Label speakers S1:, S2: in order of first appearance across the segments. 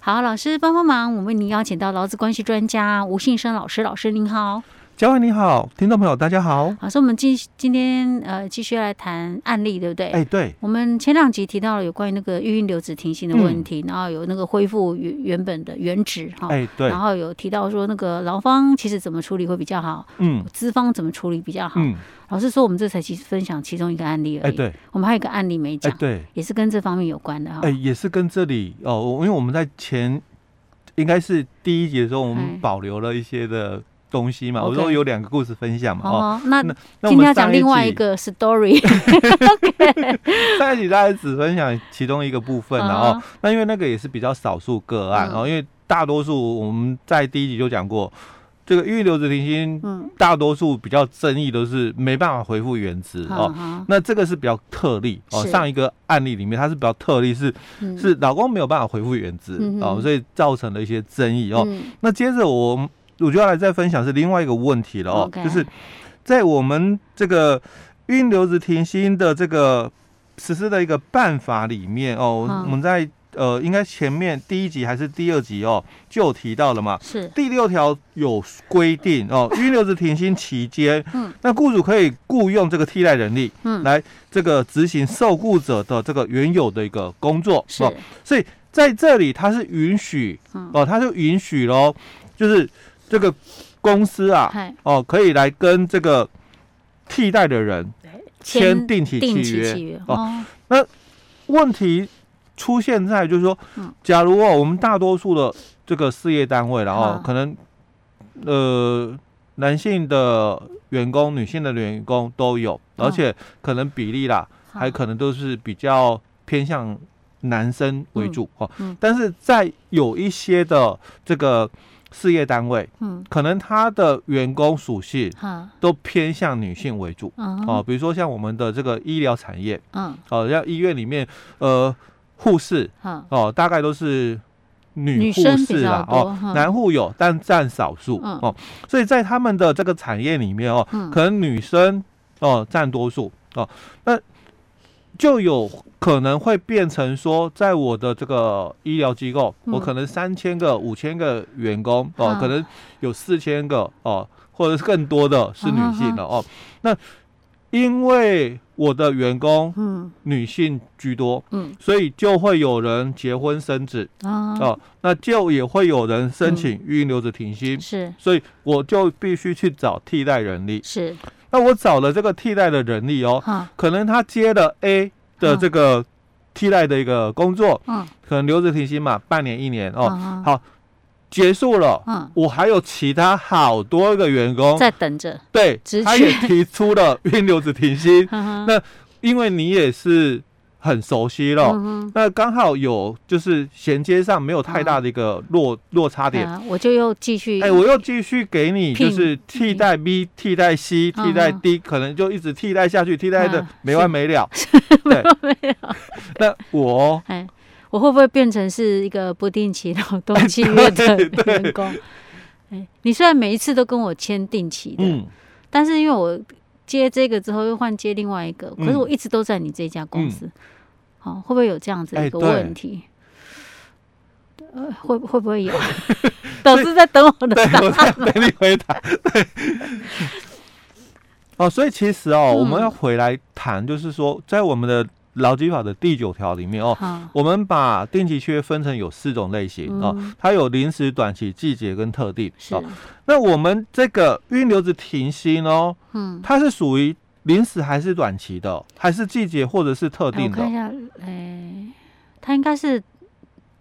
S1: 好，老师帮帮忙，我们为您邀请到劳资关系专家吴信生老师，老师您好。
S2: 嘉惠你好，听众朋友大家好。
S1: 老师，我们今今天呃继续来谈案例，对不对？
S2: 哎，对，
S1: 我们前两集提到了有关于那个孕孕留子停薪的问题，然后有那个恢复原原本的原职哈，
S2: 嗯哎，对
S1: 然，后有提到说那个劳方其实怎么处理会比较好，
S2: 嗯
S1: 资方怎么处理比较好。
S2: 嗯，
S1: 老师说我们这才其实分享其中一个案例而
S2: 哎，
S1: 已，
S2: 对，
S1: 我们还有一个案例没
S2: 哎，
S1: 讲，
S2: 对，
S1: 也是跟这方面有关的哈。
S2: 哎，也是跟这里哦，我因为我们在前应该是第一节的时候，我
S1: 哎
S2: 们保留了一些的东西嘛。我
S1: OK
S2: 说有两个故事分享嘛，哦，
S1: 哦，那
S2: 那那我
S1: 今天要
S2: 们
S1: 讲
S2: 上一
S1: 另外一
S2: 集，
S1: 个 story，
S2: 上一集大概只分享其中一个部分，然后
S1: 嗯
S2: 那因为那个也是比较少数个案，
S1: 嗯
S2: 然后因为大多数我们在第一集就讲过，这个预留职停薪，
S1: 嗯，
S2: 大多数比较争议都是没办法恢复原职哦
S1: 好，好，
S2: 那这个是比较特例哦，
S1: 是
S2: 上一个案例里面它是比较特例，是
S1: 嗯
S2: 是老公没有办法回复原职
S1: 嗯哼
S2: 哦，所以造成了一些争议哦。
S1: 嗯
S2: 那接着我我就要来再分享是另外一个问题了哦，
S1: OK
S2: 就是在我们这个孕留职停薪的这个实施的一个办法里面哦，
S1: 嗯
S2: 我们在呃应该前面第一集还是第二集哦就有提到了嘛，
S1: 是
S2: 第六条有规定 哦，因留职停薪期间，
S1: 嗯
S2: 那雇主可以雇佣这个替代人力，
S1: 嗯
S2: 来这个执行受雇者的这个原有的一个工作，
S1: 是
S2: 哦，所以在这里它是允许
S1: 嗯
S2: 哦，它就允许喽，就是这个公司啊，
S1: 嗨
S2: 哦，可以来跟这个替代的人签定期
S1: 定
S2: 契
S1: 期
S2: 约
S1: 契约
S2: 哦，
S1: 哦，
S2: 问题出现在就是说
S1: 嗯，
S2: 假如哦，我们大多数的这个事业单位，然后
S1: 嗯
S2: 可能呃男性的员工、女性的员工都有，
S1: 嗯
S2: 而且可能比例啦，
S1: 好
S2: 还可能都是比较偏向男生为主哦
S1: 嗯。
S2: 但是在有一些的这个事业单位，
S1: 嗯
S2: 可能他的员工属性
S1: 好
S2: 都偏向女性为主
S1: 嗯
S2: 哦，比如说像我们的这个医疗产业。
S1: 嗯
S2: 哦，像医院里面，呃，护士
S1: 好
S2: 哦，大概都是女
S1: 女
S2: 护
S1: 生比
S2: 士
S1: 较
S2: 啦，
S1: 多
S2: 哦，
S1: 哈
S2: 男护有，但占少数、
S1: 嗯
S2: 哦，所以在他们的这个产业里面哦，
S1: 嗯
S2: 可能女生哦占多数哦，那就有可能会变成说，在我的这个医疗机构，我
S1: 嗯
S2: 可能三千个、五千个员工哦，
S1: 啊
S2: 可能有四千个哦，或者是更多的是女性
S1: 嗯
S2: 了、哦，那因为我的员工
S1: 嗯
S2: 女性居多，
S1: 嗯
S2: 所以就会有人结婚生子
S1: 啊
S2: 哦、那就也会有人申请育婴留职停薪，
S1: 是
S2: 所以我就必须去找替代人力。
S1: 是
S2: 那我找了这个替代的人力哦，
S1: 哈
S2: 可能他接了 A 的这个替代的一个工作，
S1: 嗯
S2: 可能留职停薪嘛，半年一年哦，
S1: 哦
S2: 好结束了。
S1: 嗯
S2: 我还有其他好多个员工，
S1: 在等着
S2: 对
S1: 职，
S2: 他
S1: 缺
S2: 也提出了育婴留职停薪，
S1: 那
S2: 那因为你也是很熟悉
S1: 嗯
S2: 了，那刚好有就是衔接上没有太
S1: 嗯
S2: 大的一个落、落差点。
S1: 啊我就又继续
S2: 哎、我又继续给你，
S1: 聘
S2: 就是替代 B、替代 C、
S1: 嗯
S2: 替代 D，、可能就一直替代下去，替代的
S1: 嗯
S2: 没完没了。
S1: 没
S2: 对
S1: 有没有
S2: 那我
S1: 哎。我会不会变成是一个不定期劳动契约的
S2: 哎对对
S1: 员工？哎，你虽然每一次都跟我签定期的，
S2: 嗯，
S1: 但是因为我接这个之后又换接另外一个，
S2: 嗯
S1: 可是我一直都在你这家公司，好、会不会有这样子的一
S2: 哎
S1: 个
S2: 对
S1: 问题？呃，会会不 会有？老师在等我的
S2: 对
S1: 答，
S2: 我在等你回答。对，哦，所以其实哦，
S1: 嗯
S2: 我们要回来谈，就是说，在我们的劳基法的第九条里面哦，
S1: 案。
S2: 我们把定期契约分成有四种类型哦
S1: 嗯，
S2: 它有临时、短期、季节跟特定。
S1: 是
S2: 哦，，那我们这个运留子停薪哦，
S1: 嗯，
S2: 它是属于临时还是短期的，还是季节或者是
S1: 哎
S2: 特
S1: 我
S2: 定的
S1: 看一？下，哎、他应该是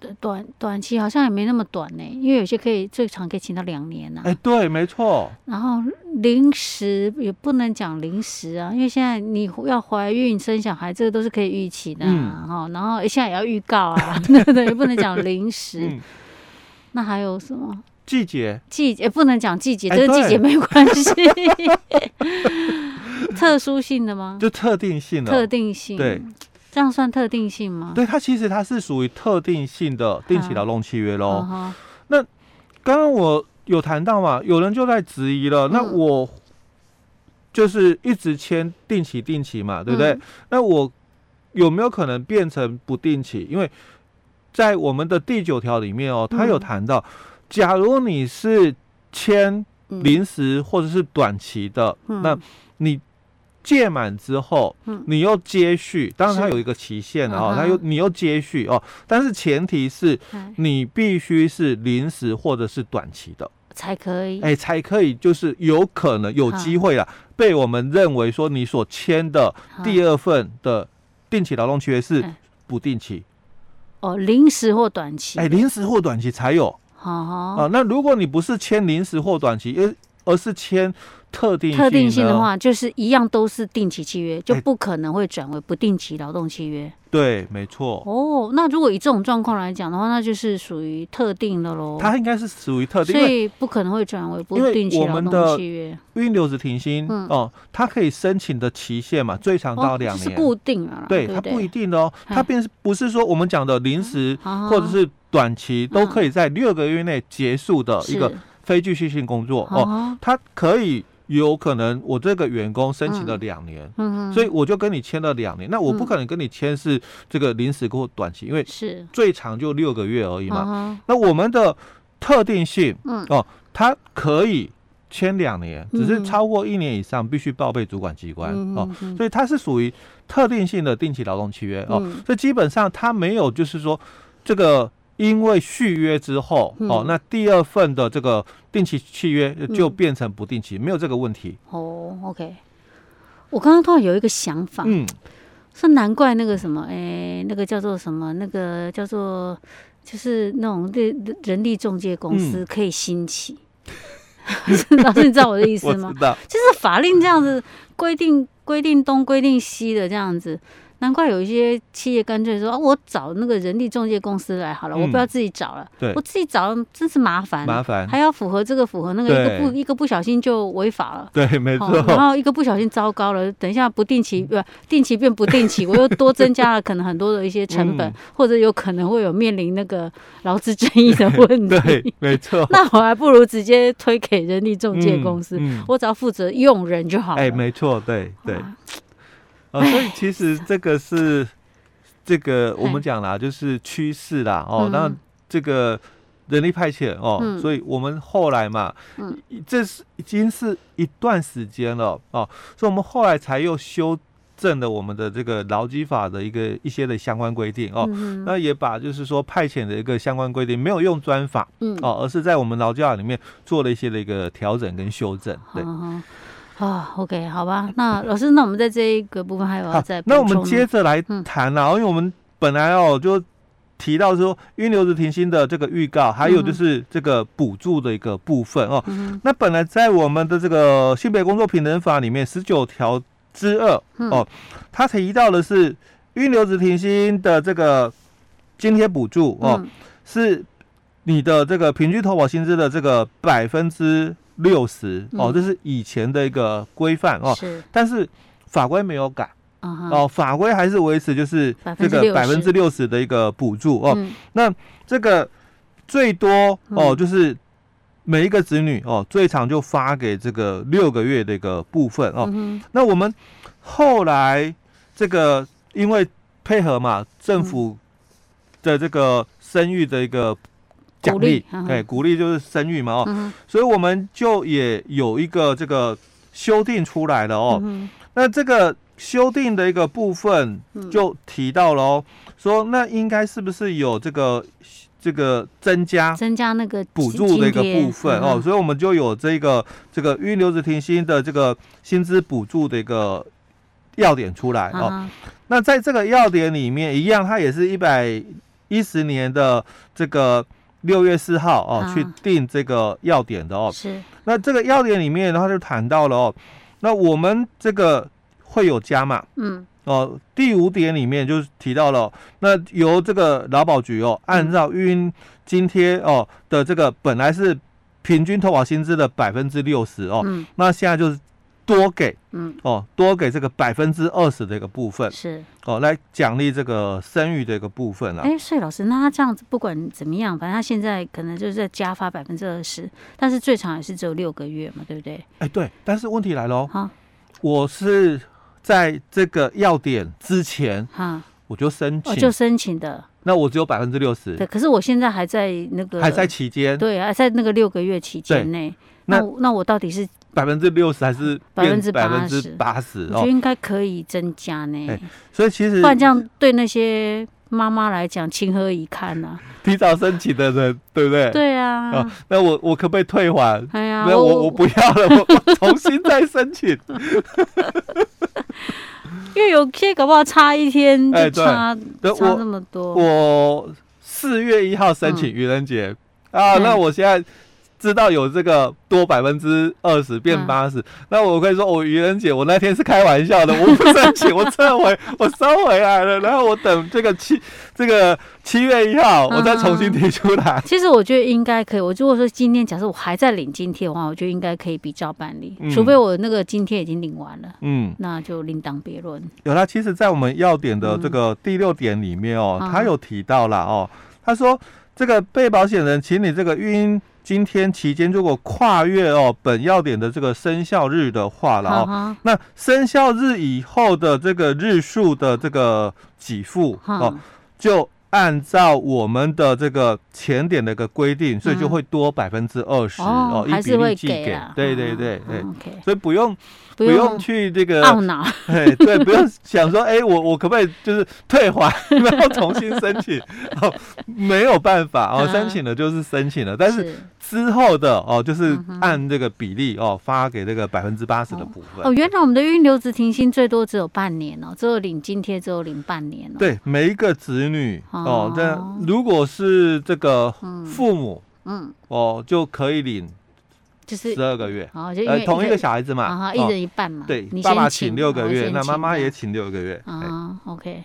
S1: 呃短短期，好像也没那么短呢、因为有些可以最长可以请到两年啊呐、
S2: 哎、对，没错，
S1: 然后临时也不能讲临时啊，因为现在你要怀孕生小孩，这个都是可以预期的、啊，
S2: 嗯
S1: 哈、然后现在也要预告 啊，对不对？也不能讲临时。
S2: 嗯，
S1: 那还有什么
S2: 季节，
S1: 季节？不能讲季节，
S2: 哎
S1: 这跟季节
S2: 对
S1: 没关 系。特殊性的吗？
S2: 就特定性的，哦
S1: 特定性。
S2: 对，
S1: 这样算特定性吗？
S2: 对它其实它是属于特定性的定期劳动契约
S1: 嗯
S2: 喽。
S1: 哼，
S2: 刚刚我有谈到嘛，有人就在质疑了，那
S1: 嗯
S2: 我就是一直签定期定期嘛，对不对？
S1: 嗯
S2: 那我有没有可能变成不定期？因为在我们的第九条里面哦，他有
S1: 嗯
S2: 谈到，假如你是签
S1: 嗯
S2: 临时或者是短期的，
S1: 嗯
S2: 那你届满之后，
S1: 嗯
S2: 你又接续，当然它
S1: 是
S2: 有一个期限
S1: 嗯
S2: 的哦，
S1: 哼
S2: 它又你又接续哦，但是前提是
S1: 哎
S2: 你必须是临时或者是短期的，
S1: 才可以，
S2: 哎，才可以就是有可能有机会啦，被我们认为说你所签的第
S1: 二
S2: 二份的定期劳动契约是
S1: 哎
S2: 不定期，
S1: 哦，临时或短期，哦
S2: 哎，临时或短期才有
S1: 好
S2: 啊。那如果你不是签临时或短期，而而是签特定
S1: 特定性
S2: 呢
S1: 的话，就是一样都是定期契约，就
S2: 哎
S1: 不可能会转为不定期劳动契约。
S2: 对，没错，
S1: 哦，那如果以这种状况来讲的话，那就是属于特定的喽。
S2: 它应该是属于特定，
S1: 所
S2: 因为
S1: 以不可能会转为不
S2: 因为
S1: 定期
S2: 我
S1: 劳
S2: 们
S1: 动
S2: 的
S1: 契约，
S2: 因为留职停薪
S1: 嗯
S2: 哦，它可以申请的期限嘛，最长到
S1: 哦，
S2: 两
S1: 这是
S2: 年。
S1: 固定了啦，
S2: 对，
S1: 不
S2: 它不一
S1: 对？
S2: 定的哦，它
S1: 哎
S2: 并不是说我们讲的临时
S1: 或
S2: 或者是短期都可以在六个月内结束的呃一个非继续性工作哦，
S1: 嗯哦，
S2: 它可以有可能我这个员工申请了两年。
S1: 嗯，
S2: 所以我就跟你签了两年，那我不
S1: 嗯
S2: 可能跟你签是这个临时或短期，因为
S1: 是啊
S2: 最长就六个月而已嘛。
S1: 嘛，
S2: 那我们的特定性，
S1: 哦嗯
S2: 哦，它可以签两年，只
S1: 嗯
S2: 是
S1: 哼
S2: 超过一年以上必须报备主管机关、哦，
S1: 嗯
S2: 所以它是属于特定性的定期劳动契约哦，
S1: 嗯
S2: 所以基本上它没有就是说这个。因为续约之后，哦
S1: 嗯，
S2: 那第二份的这个定期契约就
S1: 嗯
S2: 变成不定期，没有这个问题。
S1: 哦，OK。我刚刚突然有一个想法，
S2: 嗯，
S1: 是难怪那个什么，哎，那个叫做什么，那个叫做就是那种人人力中介公司
S2: 嗯
S1: 可以兴起。 老师，你知道我的意思
S2: 我
S1: 吗
S2: 知？道，
S1: 就是法令这样子规定，规定东规定西的这样子，难怪有一些企业干脆说、啊，我找那个人力中介公司来好了，我不
S2: 嗯
S1: 要自己找了，
S2: 对
S1: 我自己找真是麻烦，
S2: 麻烦，
S1: 还要符合这个符合那个，一个
S2: 对
S1: 不一个不小心就违法了。
S2: 对，没
S1: 哦然
S2: 错，嗯
S1: 后一个不小心糟糕了，等一下不定期不定期变不定期，我 又多增加了可能很多的一些成本，
S2: 嗯
S1: 或者有可能会有面临那个劳资争议的问题。
S2: 对，没错。
S1: 那我还不如直接推给人力中介公司，
S2: 嗯嗯
S1: 我只要负责用人就好了。
S2: 哎，没错，对对。
S1: 哇
S2: 呃，所以其实这个是这个我
S1: 嘿
S2: 们讲啦，就是趋势啦。哦
S1: 嗯，
S2: 那这个人力派遣哦，
S1: 嗯
S2: 所以我们后来嘛，
S1: 嗯
S2: 一这是已经是一段时间了哦，所以我们后来才又修正了我们的这个劳基法的一个一些的相关规定哦。
S1: 嗯哼
S2: 那也把就是说派遣的一个相关规定没有用专法
S1: 嗯
S2: 哦，而是在我们劳教法里面做了一些的一个调整跟修正。对，
S1: 好好啊，OK，好吧。那老师，那我们在这一个部分还有要
S2: 好
S1: 再，
S2: 那我
S1: 补充
S2: 们
S1: 吗
S2: 接着来
S1: 嗯
S2: 谈啦、因为我们本来哦就提到说因留职停薪的这个预告，还有
S1: 嗯
S2: 就
S1: 哼
S2: 是这个补助的一个部分哦。
S1: 嗯
S2: 那本来在我们的这个性别工作平等法里面十九条之二
S1: 哼
S2: 哦，它提到的是因留职停薪的这个津贴补助哦，
S1: 嗯
S2: 是你的这个平均投保薪资的这个百分之六十
S1: 嗯，
S2: 哦这是以前的一个规范哦，
S1: 是
S2: 但是法规没有改。
S1: 啊哈
S2: 哦，法规还是维持就是这个百分之
S1: 60%
S2: 六十的一个补助哦。
S1: 嗯
S2: 这个最多哦，
S1: 嗯
S2: 就是每一个子女哦，最长就发给这个六个月的一个部分哦。
S1: 嗯哼
S2: 那我们后来这个因为配合嘛，政
S1: 嗯
S2: 府的这个生育的一个奖
S1: 鼓
S2: 励
S1: 励，嗯哼
S2: 哎，鼓励就是生育嘛哦，
S1: 嗯哼
S2: 所以我们就也有一个这个修订出来了哦。
S1: 嗯
S2: 那这个修订的一个部分
S1: 嗯
S2: 就提到了哦，说那应该是不是有这个这个增加
S1: 哼增加那个
S2: 补
S1: 津
S2: 助的一个
S1: 津贴
S2: 部分
S1: 嗯
S2: 哦，
S1: 哼
S2: 所以我们就有这个这个预留职停薪的这个薪资补助的一个要点出来哦。
S1: 啊哈
S2: 那在这个要点里面，一样，它也是一百一十年的这个六月四号哦、
S1: 啊
S2: 去定这个要点的哦。
S1: 是
S2: 那这个要点里面，然后就谈到了哦，那我们这个会有加码
S1: 嗯
S2: 哦。第五点里面就是提到了哦、那由这个劳保局
S1: 嗯
S2: 哦，按照孕津贴哦的这个本来是平均投保薪资的百分之六十哦，
S1: 嗯
S2: 那现在就是多给
S1: 嗯
S2: 哦，多给这个百分之二十的一个部分
S1: 是
S2: 哦，来奖励这个生育的一个部分啊啦。
S1: 哎，所以老师，那他这样子不管怎么样，反正他现在可能就是在加发百分之二十，但是最长也是只有六个月嘛，对不对？
S2: 哎，对，但是问题来喽，
S1: 哈
S2: 我是在这个要点之前
S1: 哈，
S2: 我就申
S1: 哦，
S2: 请
S1: 就申请的
S2: 那我只有百分之六十
S1: 对，，可是我现在还在那个
S2: 还在期间，
S1: 对，还在那个六个月期间内。
S2: 那
S1: 那我那我到底是
S2: 百分之六十还是变
S1: 80%
S2: 百分之八十
S1: 我觉
S2: 哦
S1: 得。应该可以增加呢，
S2: 哎所以其实
S1: 不然这样对那些妈妈来讲情何以堪呐、
S2: 提早申请的人，对不对？
S1: 对啊，
S2: 哦那我我可不可以退还？
S1: 哎呀，
S2: 没有，我我不要了，我我重新再 申请。
S1: 因为有些搞不好差一天
S2: 哎
S1: 就
S2: 对
S1: 差、
S2: 对
S1: 差
S2: 我
S1: 那么多，
S2: 我四月一号申请愚人节、啊，
S1: 嗯
S2: 那我现在知道有这个多百分之二十变八十、那我可以说我哦愚人节我那天是开玩笑的，我不申请，我撤回，我收回来了，然后我等这个七这个七月一号我再重新提出来。
S1: 其实我觉得应该可以。我如果说今天假设我还在领津贴的话，我觉得应该可以比照办理，
S2: 嗯
S1: 除非我那个津贴已经领完了，
S2: 嗯，
S1: 那就另当别论。
S2: 有啦，其实，在我们要点的这个第六点里面哦，
S1: 嗯
S2: 他有提到啦哦，他说这个被保险人，请你这个孕今天期间如果跨越哦本要点的这个生效日的话啦
S1: 好
S2: 哦，
S1: 哈，
S2: 那生效日以后的这个日数的这个给付哦
S1: 哈，，
S2: 就按照我们的这个前点的一个规定，所以就会多百分之二十哦，
S1: 嗯还
S2: 一比
S1: 是会
S2: 例寄
S1: 给
S2: 给
S1: 啦，，
S2: 对对对
S1: 嗯
S2: 对，
S1: ，OK，
S2: 所以不用
S1: 不
S2: 不用
S1: 用啊
S2: 去这个
S1: 懊恼，
S2: 哎，对，不用想说，哎、我我可不可以就是退还， 然后重新申请？哦，没有办法哦，
S1: 嗯
S2: 申请了就是申请了，但是之后的哦，就是
S1: 嗯
S2: 按这个比例哦发给这个百分之八十的部分。
S1: 哦，原来我们的孕留职停薪最多只有半年哦，只有领津贴只有领半年哦。，
S2: 对，每一个子女哦
S1: 哦，
S2: 但如果是这个父母
S1: 嗯，
S2: 哦，就可以领
S1: 就是
S2: 十二个月，
S1: 哦，就因
S2: 呃
S1: 为，
S2: 同一个
S1: 人
S2: 小孩子
S1: 啊
S2: 嘛，
S1: 哈，
S2: 哦
S1: 一人一半嘛。
S2: 对
S1: 你，
S2: 爸爸
S1: 先
S2: 请
S1: 请
S2: 六个
S1: 我
S2: 月，
S1: 先
S2: 那妈
S1: 请
S2: 妈
S1: 这
S2: 也
S1: 样
S2: 请六个月。哎
S1: 啊，OK。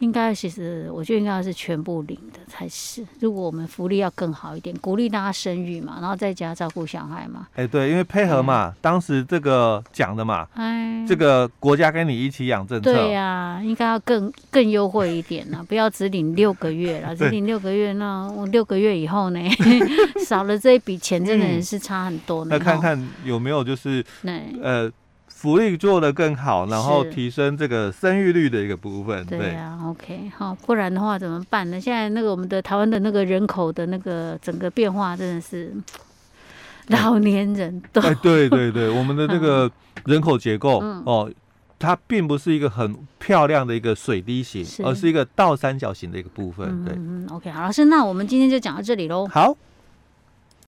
S1: 应该其实，我觉得应该是全部领的才是。如果我们福利要更好一点，鼓励大家生育嘛，然后在家照顾小孩嘛。
S2: 哎，对，因为配合嘛，当时这个讲的嘛，
S1: 哎，
S2: 这个国家跟你一起养政策，
S1: 对呀、应该要更更优惠一点啦，不要只领六个月啦，只
S2: 对
S1: 领六个月，那我六个月以后呢， 少了这一笔钱，真的
S2: 嗯
S1: 也是差很多呢。
S2: 那看
S1: 吼，
S2: 看有没有就是
S1: 对
S2: 呃福利做得更好，然后
S1: 是
S2: 提升这个生育率的一个部分。
S1: 对呀、o k 好，不然的话怎么办呢？现在那个我们的台湾的那个人口的那个整个变化真的是，老年人都
S2: 哎，对对对，我们的这
S1: 嗯
S2: 个人口结构哦。它并不是一个很漂亮的一个水滴形，
S1: 是
S2: 而是一个倒三角形的一个部分。对，
S1: 嗯嗯嗯，OK，好，老师，那我们今天就讲到这里喽。
S2: 好，